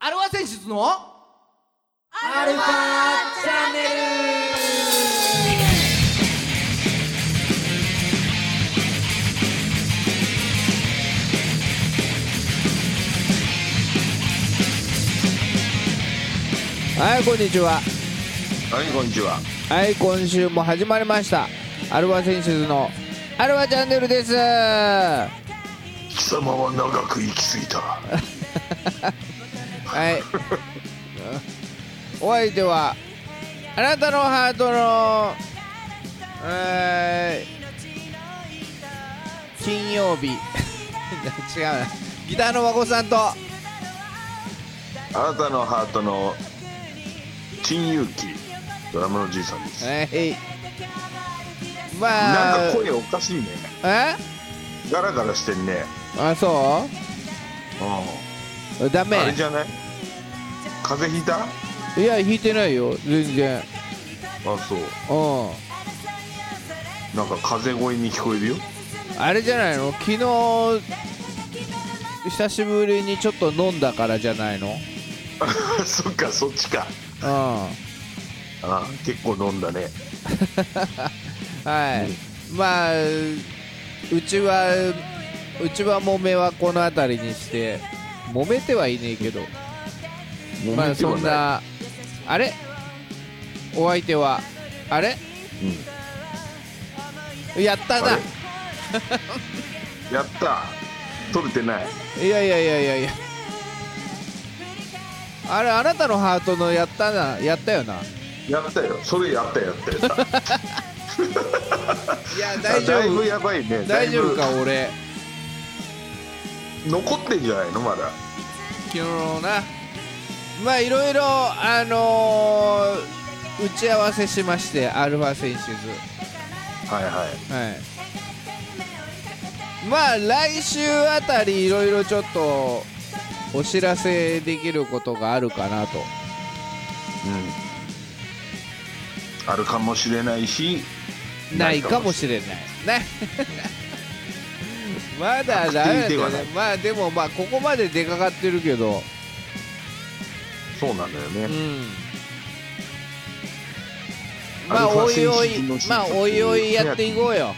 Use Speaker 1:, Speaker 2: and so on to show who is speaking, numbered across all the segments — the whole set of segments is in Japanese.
Speaker 1: アルファ選出のアルファチャンネ
Speaker 2: はいこんにちは
Speaker 3: はい、こんにちは。
Speaker 2: はい今週も始まりましたアルファ選手のアルファチャンネルですは
Speaker 3: 貴様は長く生き過ぎた。
Speaker 2: いお相手はあなたのハートのえー金曜日 違うなギターの孫さんと
Speaker 3: あなたのハートの陳勇気、ドラムのじいさんです。
Speaker 2: はいまあ
Speaker 3: なんか声おかしいね。
Speaker 2: え
Speaker 3: ガラガラしてんね。
Speaker 2: あそ
Speaker 3: うん
Speaker 2: うダメ
Speaker 3: あれじゃない風邪ひいたあ、
Speaker 2: いや弾いてないよ全然
Speaker 3: そう。
Speaker 2: うん
Speaker 3: なんか風邪声に聞こえるよ。
Speaker 2: あれじゃないの昨日久しぶりにちょっと飲んだからじゃないのうん
Speaker 3: そっか、そっちか。
Speaker 2: は
Speaker 3: あ結構飲んだね。
Speaker 2: いまあうちはうちは揉めはこの辺りにして揉めてはいねえけど
Speaker 3: も
Speaker 2: まあそんなあれお相手はあれやった
Speaker 3: あ
Speaker 2: な
Speaker 3: れやった。取れてない。
Speaker 2: いやいやいやいやいやあれあなたのハートのやったなやったよな
Speaker 3: やったよ。それやったやった やった。
Speaker 2: いや
Speaker 3: だいぶやばいね。
Speaker 2: 大丈夫
Speaker 3: だ
Speaker 2: か
Speaker 3: いぶ
Speaker 2: 俺
Speaker 3: 残ってんじゃないのまだ。
Speaker 2: 昨日のなまあいろいろあのー打ち合わせしましてアルファ選手図
Speaker 3: はいはい。
Speaker 2: はいまあ来週あたりいろいろちょっとお知らせできることがあるかなと
Speaker 3: うん、あるかもしれないし
Speaker 2: ないかもしれないね まだダメだ
Speaker 3: 確定で
Speaker 2: よ
Speaker 3: はな
Speaker 2: ね
Speaker 3: い
Speaker 2: まあでもまあここまで出かかってるけど
Speaker 3: そうなんだよね、
Speaker 2: まあ
Speaker 3: アルファ
Speaker 2: おいおい
Speaker 3: 選手の進
Speaker 2: ま
Speaker 3: 化
Speaker 2: あ
Speaker 3: っていう
Speaker 2: おいおいやっていこうよ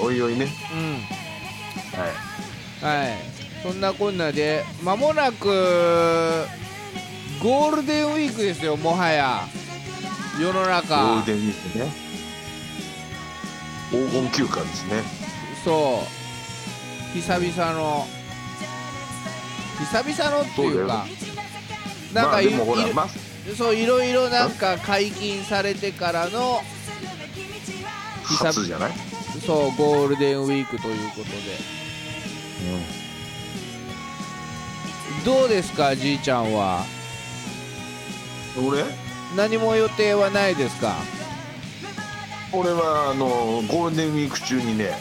Speaker 3: おいおいね、
Speaker 2: う
Speaker 3: はい、
Speaker 2: んはいそんなこんなでまもなくゴールデンウィークですよもはや世の
Speaker 3: ゴー
Speaker 2: 中
Speaker 3: ルデンウィークね黄金休暇ですね
Speaker 2: そう久々の久々のっていうかなん
Speaker 3: ま
Speaker 2: か
Speaker 3: あ
Speaker 2: い
Speaker 3: でもほら
Speaker 2: い
Speaker 3: ま
Speaker 2: そういろいろなんか解禁されてからの久々
Speaker 3: 初じゃない、
Speaker 2: そうゴールデンウィークということでどうですかじいちゃんは
Speaker 3: うん、俺
Speaker 2: 何も予定はないですか
Speaker 3: 俺はあのゴールデンウィーク中にね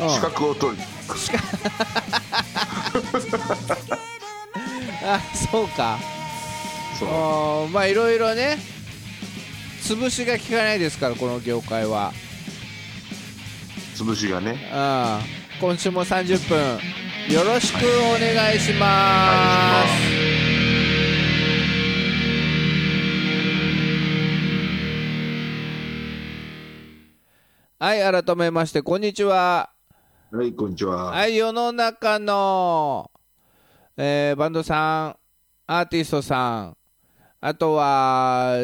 Speaker 2: うん
Speaker 3: 資格を取る、
Speaker 2: あそうか
Speaker 3: そう
Speaker 2: あーまあいろいろね潰しが効かないですからこの業界は
Speaker 3: 潰しがね
Speaker 2: うん今週も30分よろしくお願いしま
Speaker 3: はい
Speaker 2: す、はい、改めまして、こんにちは。
Speaker 3: はいこんにちは、
Speaker 2: はい、世の中の、えーバンドさん、アーティストさん、あとは、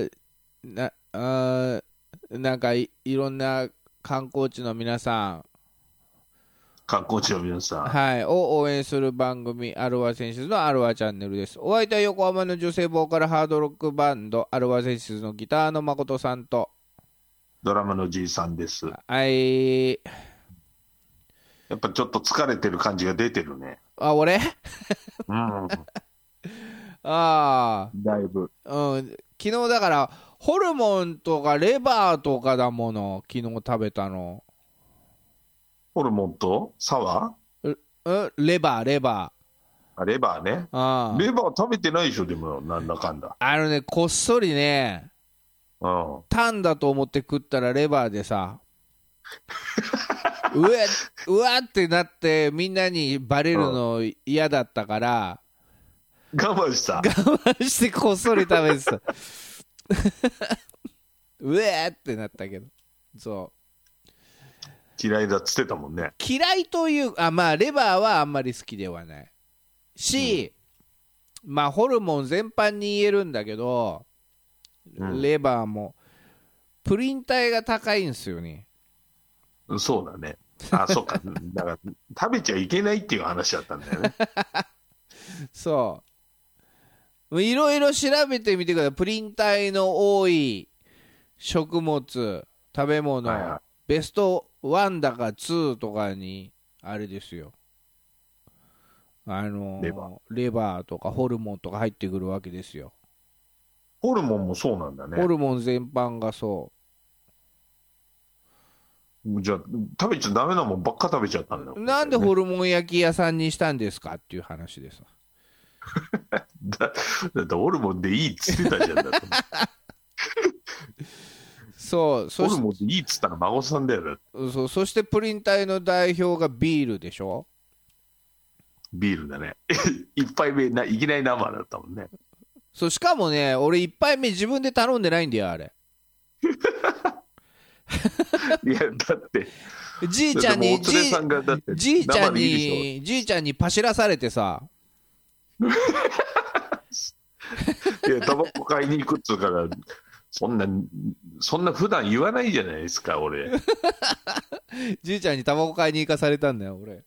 Speaker 2: な、あーなんかいいろんな観光地の皆さん、
Speaker 3: 観光地の皆さん、
Speaker 2: はい、を応援する番組、アルワ選手のアルワチャンネルです。お相手は横浜の女性ボーカルハードロックバンド、アルワ選手のギターの誠さんと、
Speaker 3: ドラマのじいさんですや
Speaker 2: はい、
Speaker 3: っぱちょっと疲れてる感じが出てるね
Speaker 2: あ、俺
Speaker 3: うん
Speaker 2: あ
Speaker 3: だいぶ
Speaker 2: あ、うん、昨日だから、ホルモンとかレバーとかだもの、昨日食べたの。
Speaker 3: ホルモンとサワ
Speaker 2: うん、レバー、レバ
Speaker 3: ーあレバーね
Speaker 2: ー。あ
Speaker 3: レバー食べてないでしょでもなんだかんだ
Speaker 2: あのね、こっそりね、
Speaker 3: うん
Speaker 2: タンだと思って食ったらレバーでさ、うわうわってなってみんなにバレるの嫌だったから
Speaker 3: 我慢した。
Speaker 2: 我慢してこっそり食べてたうえーってなったけどそう
Speaker 3: 嫌いだっつってたもんね。
Speaker 2: 嫌いというあまあレバーはあんまり好きではないし、まあホルモン全般に言えるんだけど、
Speaker 3: うん
Speaker 2: レバーもプリン体が高いんですよね
Speaker 3: そうだね。あ、そ うか。だから、食べちゃいけないっていう話だったんだよね。
Speaker 2: そういろいろ調べてみてくださいプリン体の多い食物食べ物、
Speaker 3: はいはい
Speaker 2: ベスト1だか2とかにあれですよあのー
Speaker 3: レバ
Speaker 2: レバーとかホルモンとか入ってくるわけですよ
Speaker 3: ホルモンもそうなんだ
Speaker 2: ホ
Speaker 3: ね。
Speaker 2: ルモン全般がそ
Speaker 3: じゃあ、食べちゃダメなもんばっか食べちゃったんだ
Speaker 2: うなんで
Speaker 3: ホル
Speaker 2: ホルモン焼き屋さんにしたんですかっていう話です
Speaker 3: だだってホルモンでいいっつってたじゃん。だって
Speaker 2: そう
Speaker 3: ホ
Speaker 2: そ
Speaker 3: ル
Speaker 2: し
Speaker 3: モンでいいっつったら孫さんだよだって。
Speaker 2: そうそしてプリン体の代表がビールでしょ
Speaker 3: ビールだね。 一杯目ないきなり生だったもんね。
Speaker 2: そうしかもね俺一杯目自分で頼んでないんだよあれ
Speaker 3: いや、だって、
Speaker 2: じいちゃんに
Speaker 3: だってもうお連れさんがだって
Speaker 2: じいちゃん
Speaker 3: 生でいいで
Speaker 2: にじいちゃんにパシらされてさ
Speaker 3: いや、タバコ買いに行くっつうから、そんな、そんな普段言わないじゃないですか、俺。
Speaker 2: じいちゃんにタバコ買いに行かされたんだよ俺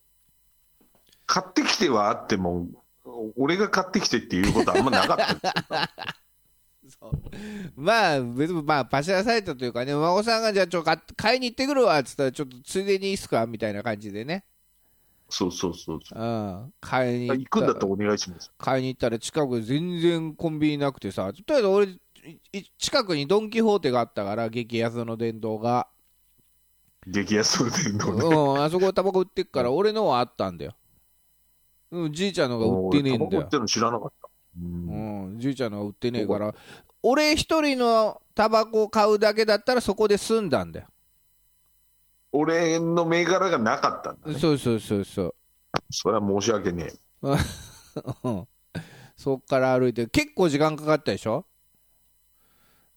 Speaker 3: 買ってきてはあっても、俺が買ってきてっていうことあんまなかったん ですよ。
Speaker 2: まあ別にまあパシらされたというかねお孫さんがじゃあちょ買っ買いに行ってくるわっつったらちょっとついでにいいっすかみたいな感じでね
Speaker 3: そうそうそうそう。
Speaker 2: うん買いに行っ
Speaker 3: 行
Speaker 2: た
Speaker 3: くんだったらお願いします。
Speaker 2: 買いに行ったら近く全然コンビニなくてさとりあえず俺い近くにドン・キホーテがあったから激安の電動が、
Speaker 3: 激安の電動ね。
Speaker 2: うん、あそこタバコ売ってっから俺のはあったんだよ、うん、じいちゃんのが売ってねえんだ
Speaker 3: 俺タバコ売
Speaker 2: よ
Speaker 3: っ、てるの知らなかった。うん
Speaker 2: うん、じいちゃんのが売ってねえから俺一人のタバコを買うだけだったらそこで済んだんだよ、
Speaker 3: 俺の銘柄がなかったんだね。
Speaker 2: そうそうそうそう
Speaker 3: それは申し訳ねえ。
Speaker 2: うんそっから歩いて結構時間かかったでしょ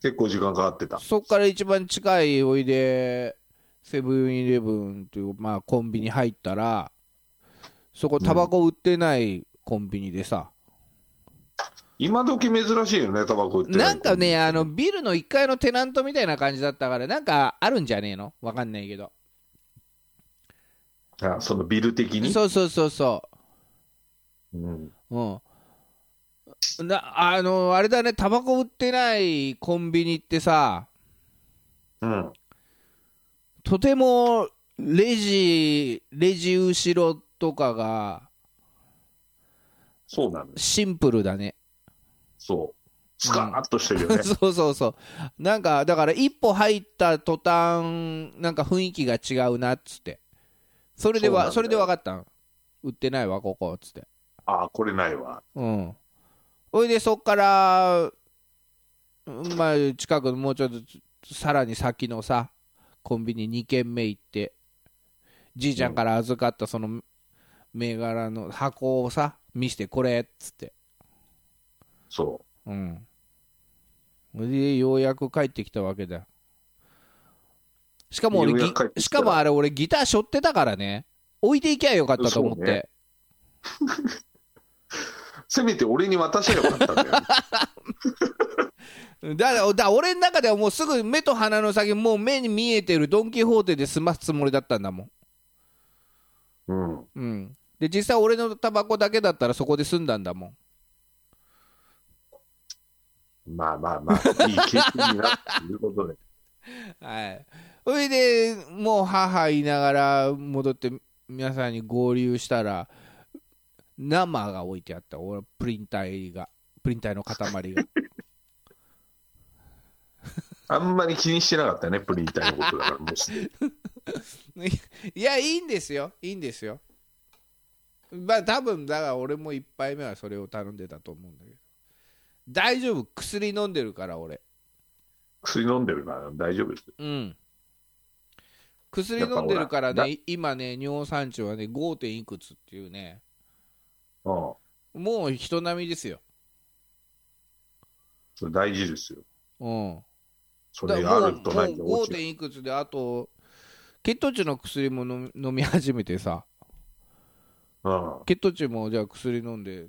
Speaker 3: 結構時間かかってた。
Speaker 2: そっから一番近いおいでセブンイレブンという、まあ、コンビニ入ったらそこタバコ売ってないコンビニでさ、
Speaker 3: 今時珍しいよね、タバコ売ってい
Speaker 2: なんかねあのビルの1階のテナントみたいな感じだったからなんかあるんじゃねえのわかんないけど
Speaker 3: あそのビル的に。
Speaker 2: そうそうそうそ
Speaker 3: うん
Speaker 2: ううんなあのあれだねタバコ売ってないコンビニってさ
Speaker 3: うん。
Speaker 2: とてもレジレジ後ろとかが
Speaker 3: そうなのよ。
Speaker 2: シンプルだね
Speaker 3: そう。スカーッとしてるよ ね。
Speaker 2: そうそうそうなんかだから一歩入った途端なんか雰囲気が違うなっつってそれではそ
Speaker 3: そう
Speaker 2: れ
Speaker 3: なんだ
Speaker 2: で
Speaker 3: よ
Speaker 2: 分かったん売ってないわここっつって
Speaker 3: ああ、これないわ。
Speaker 2: うんほいでそっからうんまあ近くのもうちょっとさらに先のさコンビニ2軒目行ってじいちゃんから預かったその銘柄の箱をさ見してこれっつって
Speaker 3: そ
Speaker 2: うん。それで、ようやく帰ってきたわけだよ。しかも俺
Speaker 3: よう
Speaker 2: ギ
Speaker 3: やく帰ってきた
Speaker 2: しかもあれ、俺、ギター背負ってたからね、置いていきゃよかったと思って、
Speaker 3: そうねう。せめて俺に渡せばよかったんだ よね。
Speaker 2: だからだから俺の中ではもうすぐ目と鼻の先、もう目に見えてるドン・キホーテで済ますつもりだったんだもん。
Speaker 3: うん。
Speaker 2: うん、で、実際、俺のタバコだけだったら、そこで済んだんだもん。
Speaker 3: まあまあまあ、いい経験になったということで。
Speaker 2: はい、それでもう母言いながら戻って皆さんに合流したら生が置いてあった俺プリン体がプリン体の塊が
Speaker 3: あんまり気にしてなかったね、プリン体のことだから、もうすでに
Speaker 2: いやいいんですよいいんですよまあ多分だから俺も1杯目はそれを頼んでたと思うんだけど大丈夫薬飲んでるから俺
Speaker 3: 薬飲んでるから大丈夫です。
Speaker 2: うん薬飲んでるからね、今ね、尿酸値はね、5. 点いくつっていうね、
Speaker 3: うん。
Speaker 2: もう人並みですよ。
Speaker 3: それ大事ですよ。
Speaker 2: うん。
Speaker 3: そ
Speaker 2: だ
Speaker 3: れ
Speaker 2: から
Speaker 3: が
Speaker 2: も
Speaker 3: あ
Speaker 2: う
Speaker 3: るとないと
Speaker 2: もう5
Speaker 3: 大違い。
Speaker 2: 点いくつで、あと、血糖値の薬も飲み飲み始めてさ、
Speaker 3: うん。
Speaker 2: 血糖値もじゃあ薬飲んで、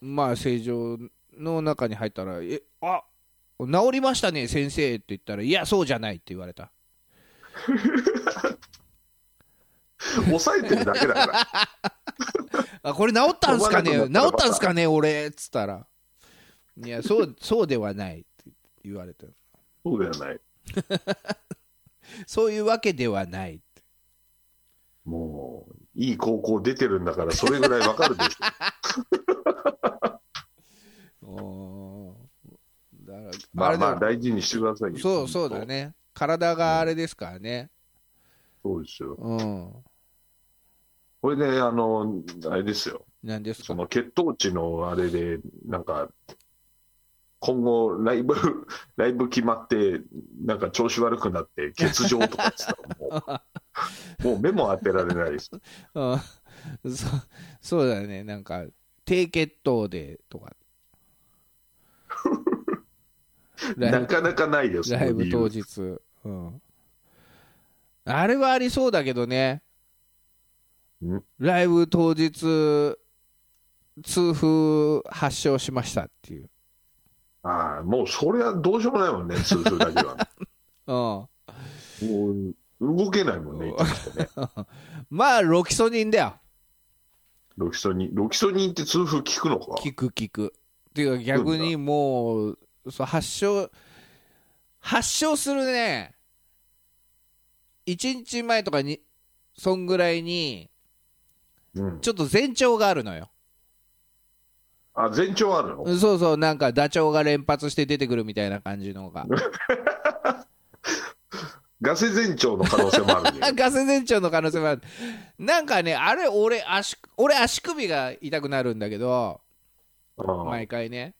Speaker 2: まあ正常の中に入ったら、え、あ治りましたね、先生って言ったら、いや、そうじゃないって言われた。
Speaker 3: 抑えてるだけだから。
Speaker 2: あこれ治ったんすかね
Speaker 3: 飛ば
Speaker 2: 治
Speaker 3: なくなったら
Speaker 2: ったんすかね俺っつったらいやそうそうではないって言われて
Speaker 3: そうではない。
Speaker 2: そういうわけではないって
Speaker 3: もう、いい高校出てるんだから、それぐらいわかる でしょ。
Speaker 2: おーだから
Speaker 3: まあま
Speaker 2: あ
Speaker 3: あ、
Speaker 2: れだ
Speaker 3: 大事にしてくださいよ。
Speaker 2: そうそうだ。ね体があれですからね
Speaker 3: そうですよ。
Speaker 2: うん
Speaker 3: これで、あの、あれですよ。
Speaker 2: なんですか
Speaker 3: その血糖値のあれで、なんか、今後、ライブ、 ライブ決まって、なんか調子悪くなって、欠場とかっつったら もう、もう目も当てられないです。
Speaker 2: うん そそうだねなんか低血糖でとかライブ
Speaker 3: なかなかないよ、その
Speaker 2: ライブ
Speaker 3: 理由
Speaker 2: 当日、うん、あれはありそうだけどね
Speaker 3: ん
Speaker 2: ライブ当日痛風発症しましたっていう、
Speaker 3: ああ、もうそれはどうしようもないもんね、痛風だ けは。
Speaker 2: うん、
Speaker 3: もう動けないもんね、痛くてね。
Speaker 2: まあロキソニンだよ
Speaker 3: ロキソニン。ロキソニンって痛風効くのか
Speaker 2: 効く効くっていうか逆にもうそう発症発症するね1日前とかにそんぐらいに
Speaker 3: うん。
Speaker 2: ちょっと前兆があるのよ
Speaker 3: あ、前兆あるの
Speaker 2: うんそうそうなんかダチョウが連発して出てくるみたいな感じのが
Speaker 3: ガセ前兆の可能性も あるね。
Speaker 2: ガセ前兆の可能性もあるなんかねあれ俺足俺足首が痛くなるんだけど
Speaker 3: うん
Speaker 2: 毎回ね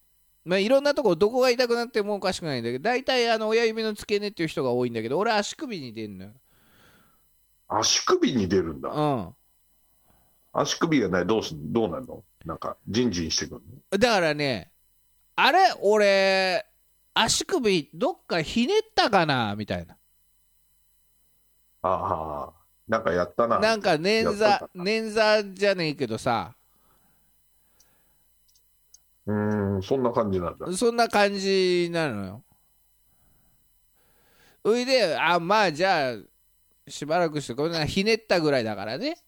Speaker 2: まあいろんなとこどこが痛くなってもおかしくないんだけど大体あの親指の付け根っていう人が多いんだけど俺足首に出んのよ
Speaker 3: 足首に出るんだ。
Speaker 2: う
Speaker 3: 足首がない、どうすんどうなんのなんか、ジンジンしてくる
Speaker 2: んだからねあれ俺足首どっかひねったかなみたいな
Speaker 3: のああ、なんかやったな。
Speaker 2: なんか捻
Speaker 3: やっ
Speaker 2: 挫
Speaker 3: とった
Speaker 2: 捻挫じゃねえけどさ
Speaker 3: うーん、そんな感じなんだ。
Speaker 2: そんな感じなのよ。そいで、あ、まあじゃあ、しばらくして、これなひねったぐらいだからね、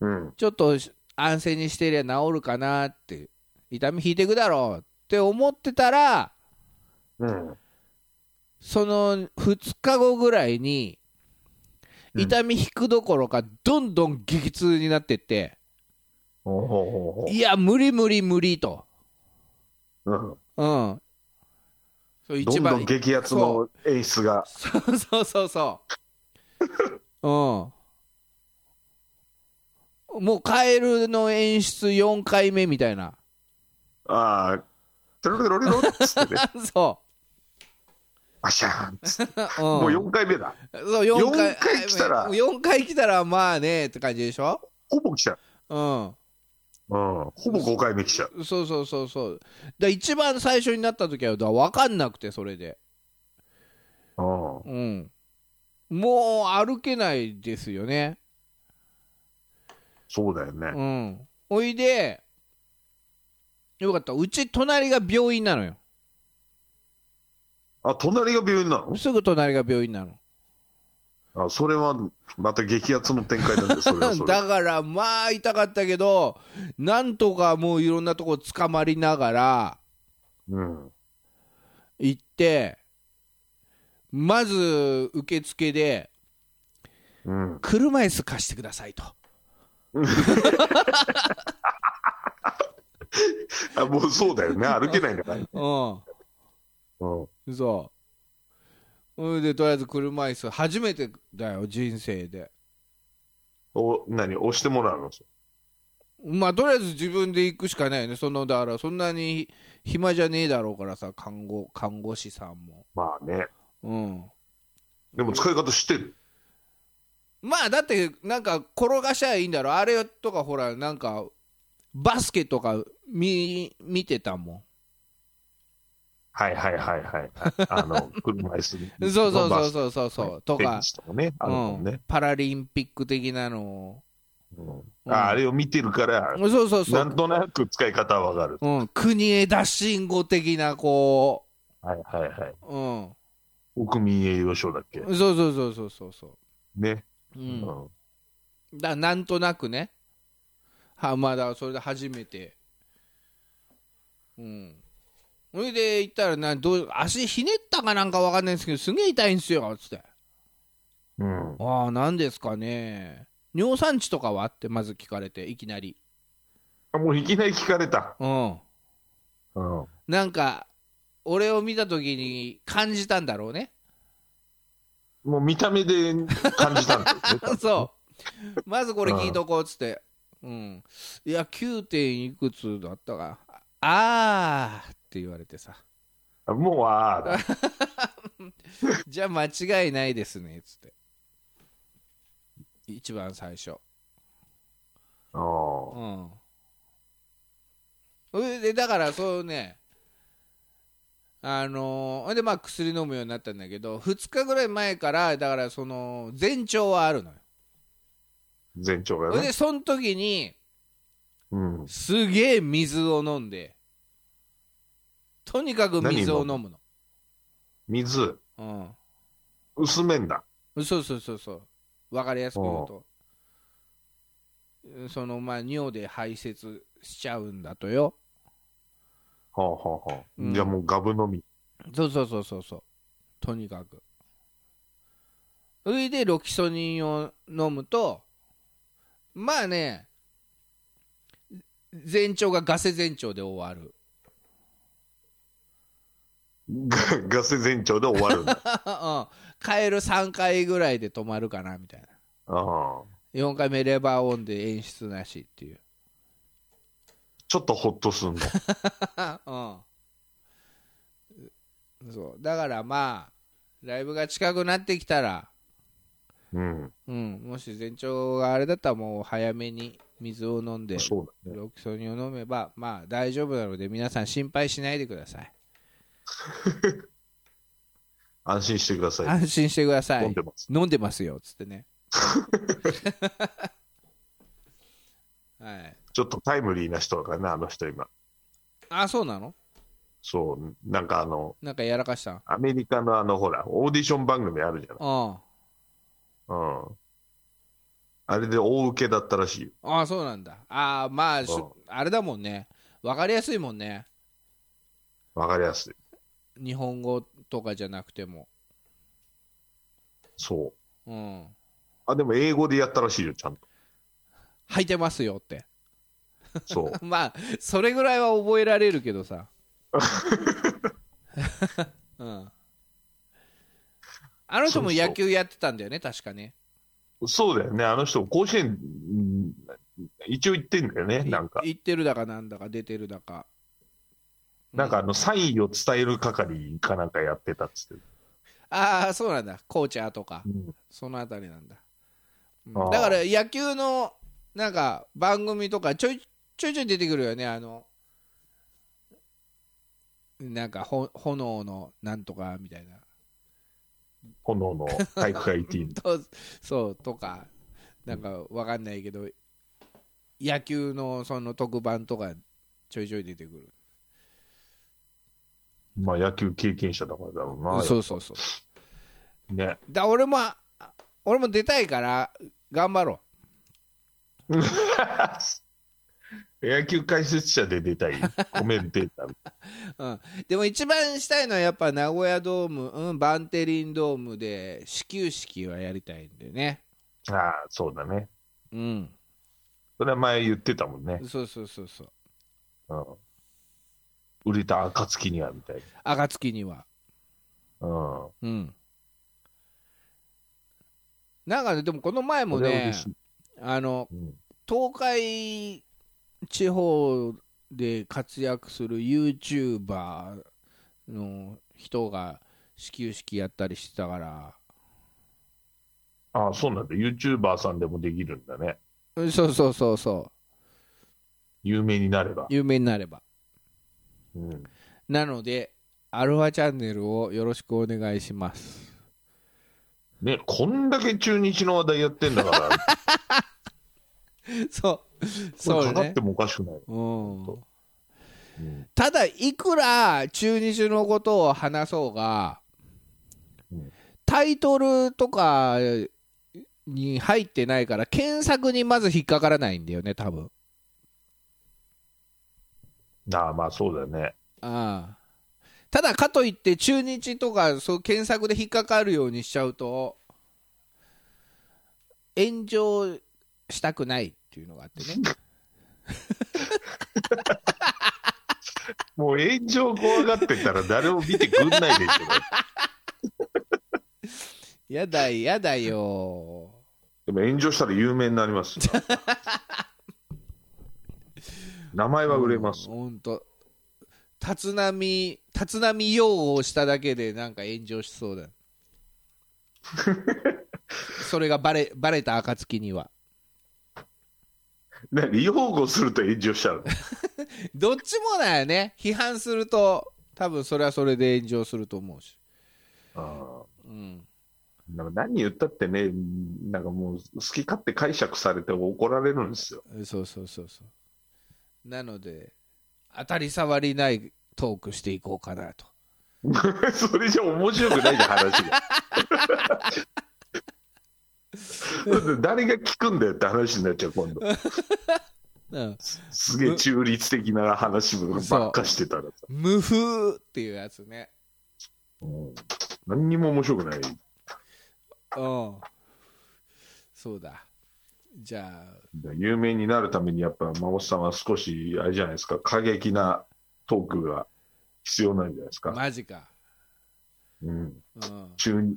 Speaker 3: うん。
Speaker 2: ちょっと安静にしてりゃ治るかなって、痛み引いてくだろうって思ってたら、
Speaker 3: うん。
Speaker 2: その2日後ぐらいに、
Speaker 3: うん
Speaker 2: 痛み引くどころか、どんどん激痛になってって、
Speaker 3: おうおうおう
Speaker 2: いや、無理無理無理と。
Speaker 3: うん
Speaker 2: うん。そう
Speaker 3: ど
Speaker 2: 一
Speaker 3: ん
Speaker 2: 番
Speaker 3: どん激アツ
Speaker 2: そう
Speaker 3: の演出が。
Speaker 2: そうそうそう そう。うん。もうカエルの演出4回目みたいな。
Speaker 3: ああ、テロテロテロっつってね、
Speaker 2: そ
Speaker 3: あしゃーんっつって。
Speaker 2: う。うん、
Speaker 3: もう4回目だ。
Speaker 2: そう4回
Speaker 3: 四回来たら
Speaker 2: 4回来たらまあねって感じでしょ
Speaker 3: ほぼ来ちゃう。
Speaker 2: うん。
Speaker 3: うん。ほぼ5回目来ちゃう。
Speaker 2: そうそうそうそう。だ一番最初になった時はだ分かんなくてそれで。
Speaker 3: うん。
Speaker 2: うん。もう歩けないですよね。
Speaker 3: そうだよね。
Speaker 2: うん。おいで、よかった。うち隣が病院なのよ。
Speaker 3: あ、隣が病院な
Speaker 2: すぐ隣が病院なの。
Speaker 3: のあ、それは、また激アツの展開なんで、それはそれ。
Speaker 2: だからまあ痛かったけどなんとかもういろんなとこ捕まりながら
Speaker 3: うん。
Speaker 2: 行ってまず受付で
Speaker 3: うん。
Speaker 2: 車椅子貸してくださいと
Speaker 3: あ、もうそうだよね。歩けないんだから。
Speaker 2: う
Speaker 3: うん。
Speaker 2: んそうそれでとりあえず車椅子初めてだよ人生で
Speaker 3: お、何押してもらうの
Speaker 2: まあとりあえず自分で行くしかないよねそのだからそんなに暇じゃねえだろうからさ看護看護師さんも
Speaker 3: まあね。
Speaker 2: うん
Speaker 3: でも使い方知ってる。
Speaker 2: まあだってなんか転がしゃいいんだろあれとかほらなんかバスケとか見見てたも
Speaker 3: はいはいはいはい。あ の、車椅子
Speaker 2: ん
Speaker 3: に
Speaker 2: そうそうそうそうそうそう、
Speaker 3: はい
Speaker 2: と
Speaker 3: テ
Speaker 2: か
Speaker 3: ニスとかね、あるもん
Speaker 2: う
Speaker 3: ね
Speaker 2: ん。パラリンピック的なの
Speaker 3: うん
Speaker 2: うん
Speaker 3: ああれを見てるから、
Speaker 2: をそうそうそ
Speaker 3: な
Speaker 2: うん
Speaker 3: となく使い方はわかる。
Speaker 2: うん、国枝慎吾的なこ
Speaker 3: はいはいはい。
Speaker 2: う、うん、
Speaker 3: 国民栄誉賞だっけ
Speaker 2: そうそうそうそうそうそ
Speaker 3: ね。
Speaker 2: う、う、
Speaker 3: うん
Speaker 2: だか
Speaker 3: ん
Speaker 2: らなんとなくねはまあだからそれで初めてうんそれで行ったらなどう足ひねったかなんかわかんないんですけどすげえ痛いんですよつって
Speaker 3: うん。
Speaker 2: ああ何ですかね尿酸値とかはってまず聞かれていきなり
Speaker 3: あもういきなり聞かれた。
Speaker 2: うん
Speaker 3: うん。
Speaker 2: なんか俺を見た時に感じたんだろうね。
Speaker 3: もう見た目で感じたんだよ ね
Speaker 2: そうまずこれ聞いとこうっつって、うん、いや 9. 点いくつだったかああーって言われてさ
Speaker 3: う。もう、ああ、
Speaker 2: じゃあ間違いないですねっつって一番最初
Speaker 3: う
Speaker 2: うんそれでだからそうねあのーほんでまあ薬飲むようになったんだけど2日ぐらい前からだからその前兆はあるのよ
Speaker 3: ん。全長
Speaker 2: そ
Speaker 3: が
Speaker 2: れ
Speaker 3: ね。
Speaker 2: でその時に
Speaker 3: うん。
Speaker 2: すげえ水を飲んでとにかく水を飲むの
Speaker 3: 水、薄めんだ。
Speaker 2: うんそうそうそうそう分かりやすく言うとうんそのまあ尿で排泄しちゃうんだとよ
Speaker 3: ほうほうほ
Speaker 2: うん
Speaker 3: う。じゃあもうガブ飲み。
Speaker 2: そうそうそうそうそうとにかくそれでロキソニンを飲むとまあね前兆がガセ前兆で終わる
Speaker 3: ガ ガセ全長で終わる ん
Speaker 2: う
Speaker 3: だ。
Speaker 2: んカエル3回ぐらいで止まるかなみたいな
Speaker 3: ああ。
Speaker 2: 4回目レバーオンで演出なしっていう、
Speaker 3: ちょっとほっとすんの。
Speaker 2: うん、そうだからまあライブが近くなってきたら、
Speaker 3: うん。
Speaker 2: うん、もし前兆があれだったらもう早めに水を飲んで
Speaker 3: そうだね。
Speaker 2: ロキソニンを飲めばまあ大丈夫なので皆さん心配しないでください
Speaker 3: 安心してください。
Speaker 2: 安心してください
Speaker 3: 飲んでます
Speaker 2: 飲んでますよつって ねはい
Speaker 3: ちょっとタイムリーな人だからね、あの人今。
Speaker 2: あそうなの
Speaker 3: そう、なんかあの、
Speaker 2: なんかやらかしたん
Speaker 3: アメリカのあの、ほら、オーディション番組あるじゃない。
Speaker 2: あ
Speaker 3: うん。あれで大受けだったらしいよ。
Speaker 2: ああそうなんだああまあしょあれだもんねわかりやすいもんね
Speaker 3: わかりやすい。
Speaker 2: 日本語とかじゃなくても
Speaker 3: そう。
Speaker 2: うん
Speaker 3: あ、でも英語でやったらしいよ、ちゃんと。
Speaker 2: 履いてますよって
Speaker 3: そう。
Speaker 2: まあそれぐらいは覚えられるけど さうんあの人も野球やってたんだよね確かね
Speaker 3: そうだよね、あの人、甲子園、うん一応行ってんだよね、
Speaker 2: い
Speaker 3: なんか。
Speaker 2: 言ってるだかなんだか出てるだか
Speaker 3: なんかあの、サインを伝える係かなんかやってたっつってる。
Speaker 2: ああそうなんだコーチャーとか
Speaker 3: うん
Speaker 2: そのあたりなんだ、うん
Speaker 3: あー
Speaker 2: だから野球のなんか番組とかちょいちょいちょい出てくるよねあのなんかほ炎のなんとかみたいな
Speaker 3: 炎の体育会ティーム。
Speaker 2: とそうとかなんかわかんないけど野球のその特番とかちょいちょい出てくる
Speaker 3: まあ、野球経験者だからだろうな。
Speaker 2: そうそうそう
Speaker 3: ね。
Speaker 2: だ俺もあ俺も出たいから頑張ろ
Speaker 3: 野球解説者で出たい、コメンテーター。
Speaker 2: う、うん、でも一番したいのはやっぱ名古屋ドーム、うん、バンテリンドームで始球式はやりたいんだよね
Speaker 3: ああ、そうだね。
Speaker 2: うん
Speaker 3: それは前言ってたもんね。
Speaker 2: そうそうそうそう
Speaker 3: うん。売れた暁には、みたい
Speaker 2: 暁には
Speaker 3: な。うん。
Speaker 2: うんなんかねでもこの前も
Speaker 3: それは
Speaker 2: ね
Speaker 3: 嬉しい
Speaker 2: あの
Speaker 3: うん
Speaker 2: 東海地方で活躍する YouTuber の人が始球式やったりしてたから
Speaker 3: あああ、そうなんだ。YouTuber さんでもできるんだね。
Speaker 2: うんそうそうそうそう
Speaker 3: 有名になれば。
Speaker 2: 有名になれば
Speaker 3: うん、
Speaker 2: なのでアルファチャンネルをよろしくお願いします
Speaker 3: ね、こんだけ中日の話題やってんだから、
Speaker 2: そう
Speaker 3: これ
Speaker 2: そう
Speaker 3: かかっ
Speaker 2: ね
Speaker 3: てもおかしくない。
Speaker 2: うん
Speaker 3: うん
Speaker 2: ただいくら中日のことを話そうが、
Speaker 3: うん
Speaker 2: タイトルとかに入ってないから検索にまず引っかからないんだよね多分
Speaker 3: ああ、まあそうだよね。
Speaker 2: ああただかといって中日とかそう検索で引っかかるようにしちゃうと炎上したくないっていうのがあってね
Speaker 3: もう炎上怖がってたら誰も見てくんないでしょ。
Speaker 2: やだいやだよ
Speaker 3: でも炎上したら有名になりますよ。名前は売れます。
Speaker 2: 本当立浪立浪用をしただけでなんか炎上しそう だそれがバレバレた暁には
Speaker 3: 何擁護すると炎上しちゃう
Speaker 2: どっちもだよね批判すると多分それはそれで炎上すると思うし、
Speaker 3: の。
Speaker 2: うん、
Speaker 3: うんなんか何言ったってね、なんかもう好き勝手解釈されて怒られるんですよ。
Speaker 2: そうそうそうそうなので当たり障りないトークしていこうかなと
Speaker 3: それじゃ面白くないじゃん、話が。だって誰が聞くんだよって話になっちゃう、今度。
Speaker 2: うん
Speaker 3: すげえ中立的な話ばっかしてたらさ。
Speaker 2: 無風っていうやつね
Speaker 3: うん何にも面白くない。
Speaker 2: うんそうだじゃあ
Speaker 3: 有名になるためにやっぱ真帆さんは少しあれじゃないですか過激なトークが必要なんじゃないですか、
Speaker 2: マジか。
Speaker 3: うん、
Speaker 2: うん。
Speaker 3: 中に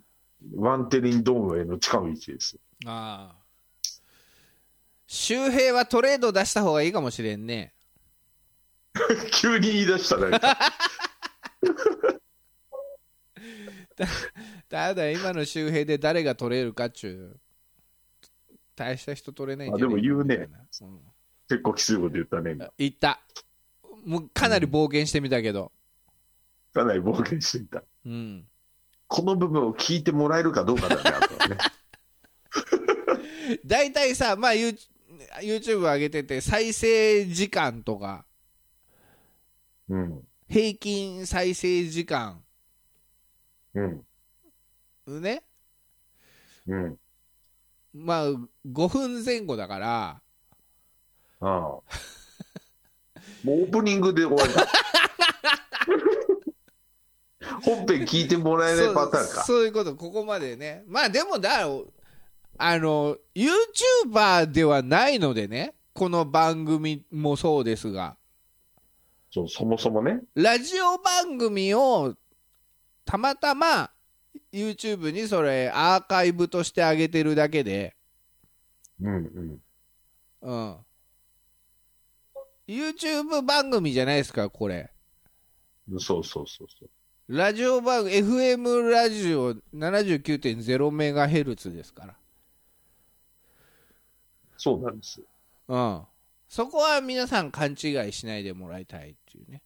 Speaker 3: ワンテリンドームへの近道です
Speaker 2: ああ。周平はトレード出した方がいいかもしれんね。
Speaker 3: 急に言い出したら、
Speaker 2: ただ今の周平で誰が取れるかっちゅう。大した人取れないんじゃねえ
Speaker 3: あでも言うね
Speaker 2: みたいなうん
Speaker 3: 結構きついこと言ったね今
Speaker 2: 言った。もうかなり冒険してみたけど。
Speaker 3: かなり冒険していた
Speaker 2: うん。
Speaker 3: この部分を聞いてもらえるかどうかだねあとはね
Speaker 2: 大体さ、まあ、ユー YouTube 上げてて、再生時間とか、
Speaker 3: うん
Speaker 2: 平均再生時間、
Speaker 3: うん
Speaker 2: ね。
Speaker 3: うん
Speaker 2: まあ、5分前後だから、
Speaker 3: ああもうオープニングで終わりだ本編聞いてもらえないパターン
Speaker 2: そう
Speaker 3: か
Speaker 2: そういうことここまでねまあでもだあの YouTuber ではないのでねこの番組もそうですが
Speaker 3: そうそもそもね
Speaker 2: ラジオ番組をたまたま YouTube にそれアーカイブとして上げてるだけで、
Speaker 3: うんうん
Speaker 2: うん、YouTube 番組じゃないですかこれ
Speaker 3: そうそうそうそう。
Speaker 2: ラジオ番組 FM ラジオ 79.0MHz ですから
Speaker 3: そうなんです。
Speaker 2: うん、そこは皆さん勘違いしないでもらいたいっていうね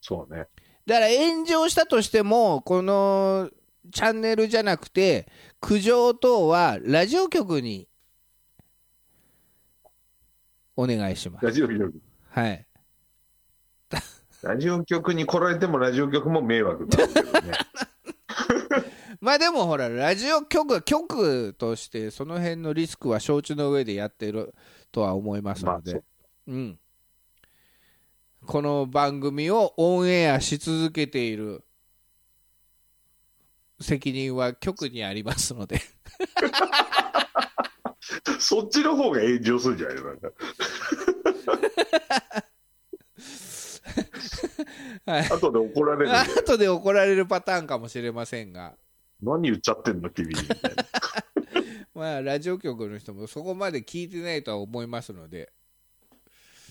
Speaker 3: そうね。
Speaker 2: だから炎上したとしてもこのチャンネルじゃなくて苦情等はラジオ局にお願いします
Speaker 3: ラジオ局。
Speaker 2: はい
Speaker 3: ラジオ局に来られてもラジオ局も迷 惑だろうけどね。
Speaker 2: まあでもほらラジオ局は局としてその辺のリスクは承知の上でやってるとは思いますので、
Speaker 3: まあ
Speaker 2: うん、この番組をオンエアし続けている責任は局にあります ので
Speaker 3: そっちの方が炎上するんじゃないのなんか
Speaker 2: はい
Speaker 3: 後で怒られるんだよ。
Speaker 2: 後で怒られるパターンかもしれませんが、
Speaker 3: 何言っちゃってんの君 みたいな。
Speaker 2: まあ、ラジオ局の人もそこまで聞いてないとは思いますので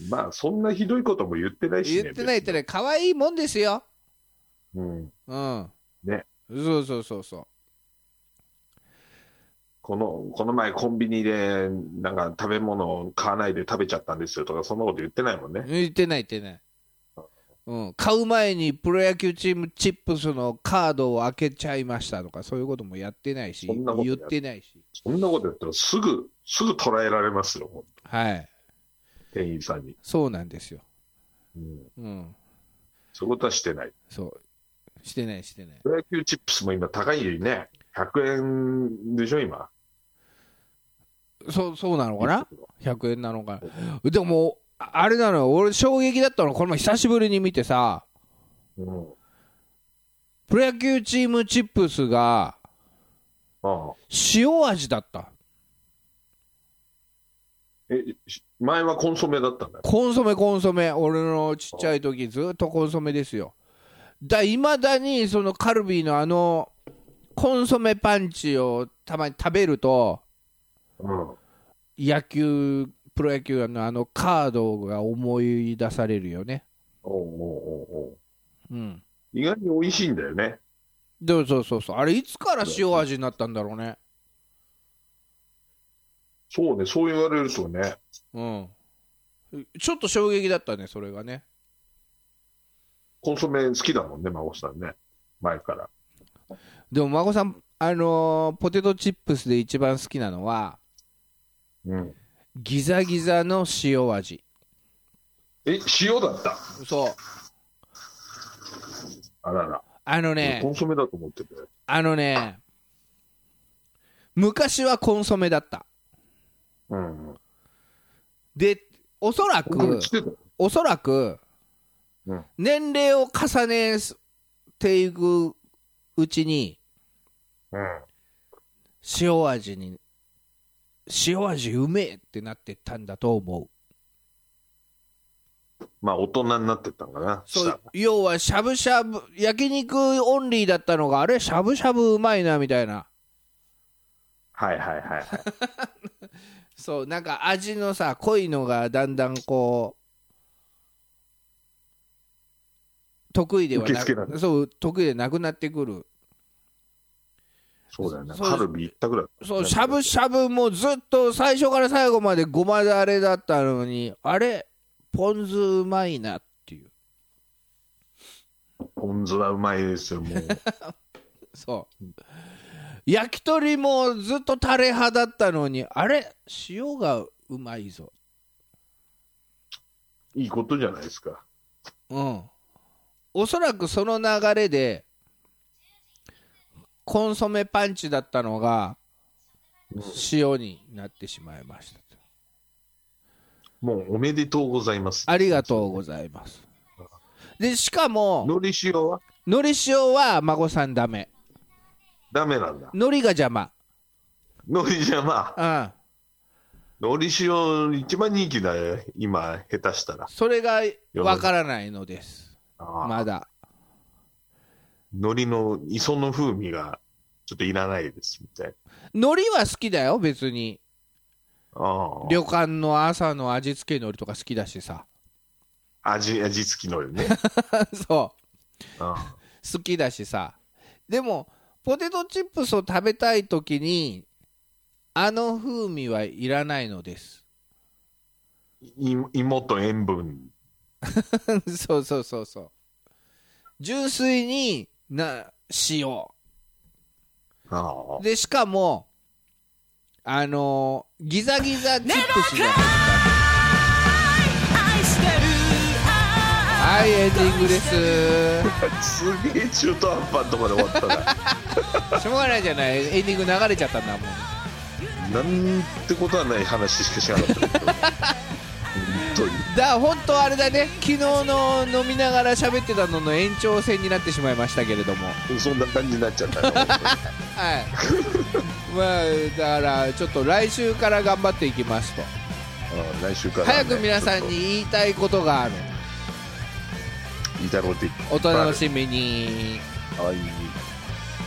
Speaker 3: まあそんなひどいことも言ってないしね。
Speaker 2: 言ってないってね可愛いもんですよ。
Speaker 3: 別にうん。
Speaker 2: うん。
Speaker 3: ね。
Speaker 2: そうそうそうそう。
Speaker 3: この、この前コンビニで、なんか食べ物を買わないで食べちゃったんですよとか、そんなこと言ってないもんね。
Speaker 2: 言ってない言ってない、うん、買う前にプロ野球チームチップスのカードを開けちゃいましたとかそういうこともやってないし
Speaker 3: そんなこと
Speaker 2: 言
Speaker 3: や
Speaker 2: っ
Speaker 3: って
Speaker 2: ないし
Speaker 3: そんなことやったらすぐ、すぐ捉えられますよ、
Speaker 2: はい
Speaker 3: 店員さんに。
Speaker 2: そうなんですよ、
Speaker 3: うん。
Speaker 2: うん、
Speaker 3: そういうことはしてない。
Speaker 2: そうしてないしてない
Speaker 3: プロ野球チップスも今高いよね。100円でしょ、今。
Speaker 2: そうそうなのかな100円なのかなでもああれなのよ俺衝撃だったのこの前久しぶりに見てさ
Speaker 3: うん。
Speaker 2: プロ野球チームチップスが
Speaker 3: ああ。
Speaker 2: 塩味だった
Speaker 3: え、し前はコンソメだったんだよ。
Speaker 2: コンソメコンソメ俺のちっちゃい時ずっとコンソメですよだいまだにそのカルビーのあのコンソメパンチをたまに食べると
Speaker 3: うん。
Speaker 2: 野球プロ野球のあのカードが思い出されるよね
Speaker 3: おうおうおうお
Speaker 2: う
Speaker 3: う
Speaker 2: ん
Speaker 3: 意外に美味しいんだよね。
Speaker 2: でもそうそうそうあれいつから塩味になったんだろうね
Speaker 3: そうね、そう言われるとね。
Speaker 2: うんちょっと衝撃だったねそれがね
Speaker 3: コンソメ好きだもんね、孫さんね。前から。
Speaker 2: でも孫さんあのーポテトチップスで一番好きなのは
Speaker 3: うん。
Speaker 2: ギザギザの塩味
Speaker 3: え、塩だった。
Speaker 2: そう
Speaker 3: あらら。
Speaker 2: あの
Speaker 3: コ
Speaker 2: ね
Speaker 3: ンソメだと思ってたよ。
Speaker 2: あのね昔はコンソメだった
Speaker 3: うんうん。
Speaker 2: でおそら
Speaker 3: こんな
Speaker 2: く
Speaker 3: のしてたよ
Speaker 2: おそらく
Speaker 3: うん
Speaker 2: 年齢を重ねていくうちに
Speaker 3: うん。
Speaker 2: 塩味に塩味うめえってなってったんだと思う
Speaker 3: まあ、大人になってったんかな。
Speaker 2: そ
Speaker 3: したら
Speaker 2: う要はしゃぶしゃぶ焼肉オンリーだったのがあれしゃぶしゃぶうまいなみたいな
Speaker 3: はいはいはいはい。
Speaker 2: そうなんか味のさ濃いのがだんだんこう得意では
Speaker 3: 受け付けな
Speaker 2: くそう得意でなくなってくる
Speaker 3: そうだよね。
Speaker 2: そう
Speaker 3: カルビ一択だった。
Speaker 2: そうしゃぶしゃぶもずっと最初から最後までごまだれだったのにあれポン酢うまいなっていう
Speaker 3: ポン酢はうまいで すよ、もう。
Speaker 2: そう焼き鳥もずっとタレ派だったのにあれ塩がうまいぞ
Speaker 3: いいことじゃないですか。
Speaker 2: うん、おそらくその流れでコンソメパンチだったのが塩になってしまいました
Speaker 3: もうおめでとうございます。
Speaker 2: ありがとうございますでしかも
Speaker 3: のり塩は
Speaker 2: のり塩は孫さんダメ
Speaker 3: ダメなんだ。
Speaker 2: のりが邪魔
Speaker 3: のりじゃまあ、
Speaker 2: うん
Speaker 3: のり塩一番人気だよ、今、下手したら。
Speaker 2: それがわからないのです
Speaker 3: ああ
Speaker 2: まだ
Speaker 3: のりの磯の風味がちょっといらないです、みたいな。
Speaker 2: のりは好きだよ別に
Speaker 3: あ
Speaker 2: 旅館の朝の味付けのりとか好きだしさ
Speaker 3: あ味、味付きのりね。
Speaker 2: そう
Speaker 3: あ
Speaker 2: 好きだしさでもポテトチップスを食べたい時にあの風味はいらないのです
Speaker 3: い芋と塩分。
Speaker 2: そうそうそうそう純粋にな塩
Speaker 3: あ あ
Speaker 2: でしかもあのーギザギザチップスじゃない
Speaker 1: 愛してる
Speaker 2: はいエンディングです
Speaker 3: すげえ中途半端なとこで終わったな。
Speaker 2: しょうがないじゃないエンディング流れちゃったんだもん
Speaker 3: なんてことはない話しかしなかったけど。本当に。
Speaker 2: だ本当あれだね昨日の飲みながら喋ってたのの延長戦になってしまいましたけれども
Speaker 3: そんな感じになっ ち ゃったよ本
Speaker 2: はい、まあだからちょっと来週から頑張っていきますと
Speaker 3: 当にうん来週から、ね、
Speaker 2: 早く皆さんに
Speaker 3: ちょっ
Speaker 2: 言いたいことがある
Speaker 3: と言いたいこと言って
Speaker 2: お楽しみに
Speaker 3: はい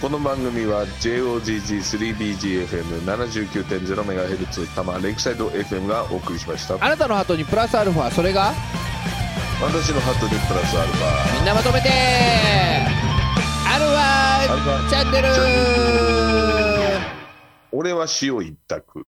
Speaker 3: この番組は JOGG3BGFM79.0MHz 多摩レイクサイド FM がお送りしました
Speaker 2: あなたのハートにプラスアルファそれが
Speaker 3: 私のハットでプラスアルファ
Speaker 2: みんなまとめてアルフ
Speaker 3: アルフ
Speaker 2: ァ
Speaker 3: ァ
Speaker 2: チャンネル
Speaker 3: 俺は塩一択。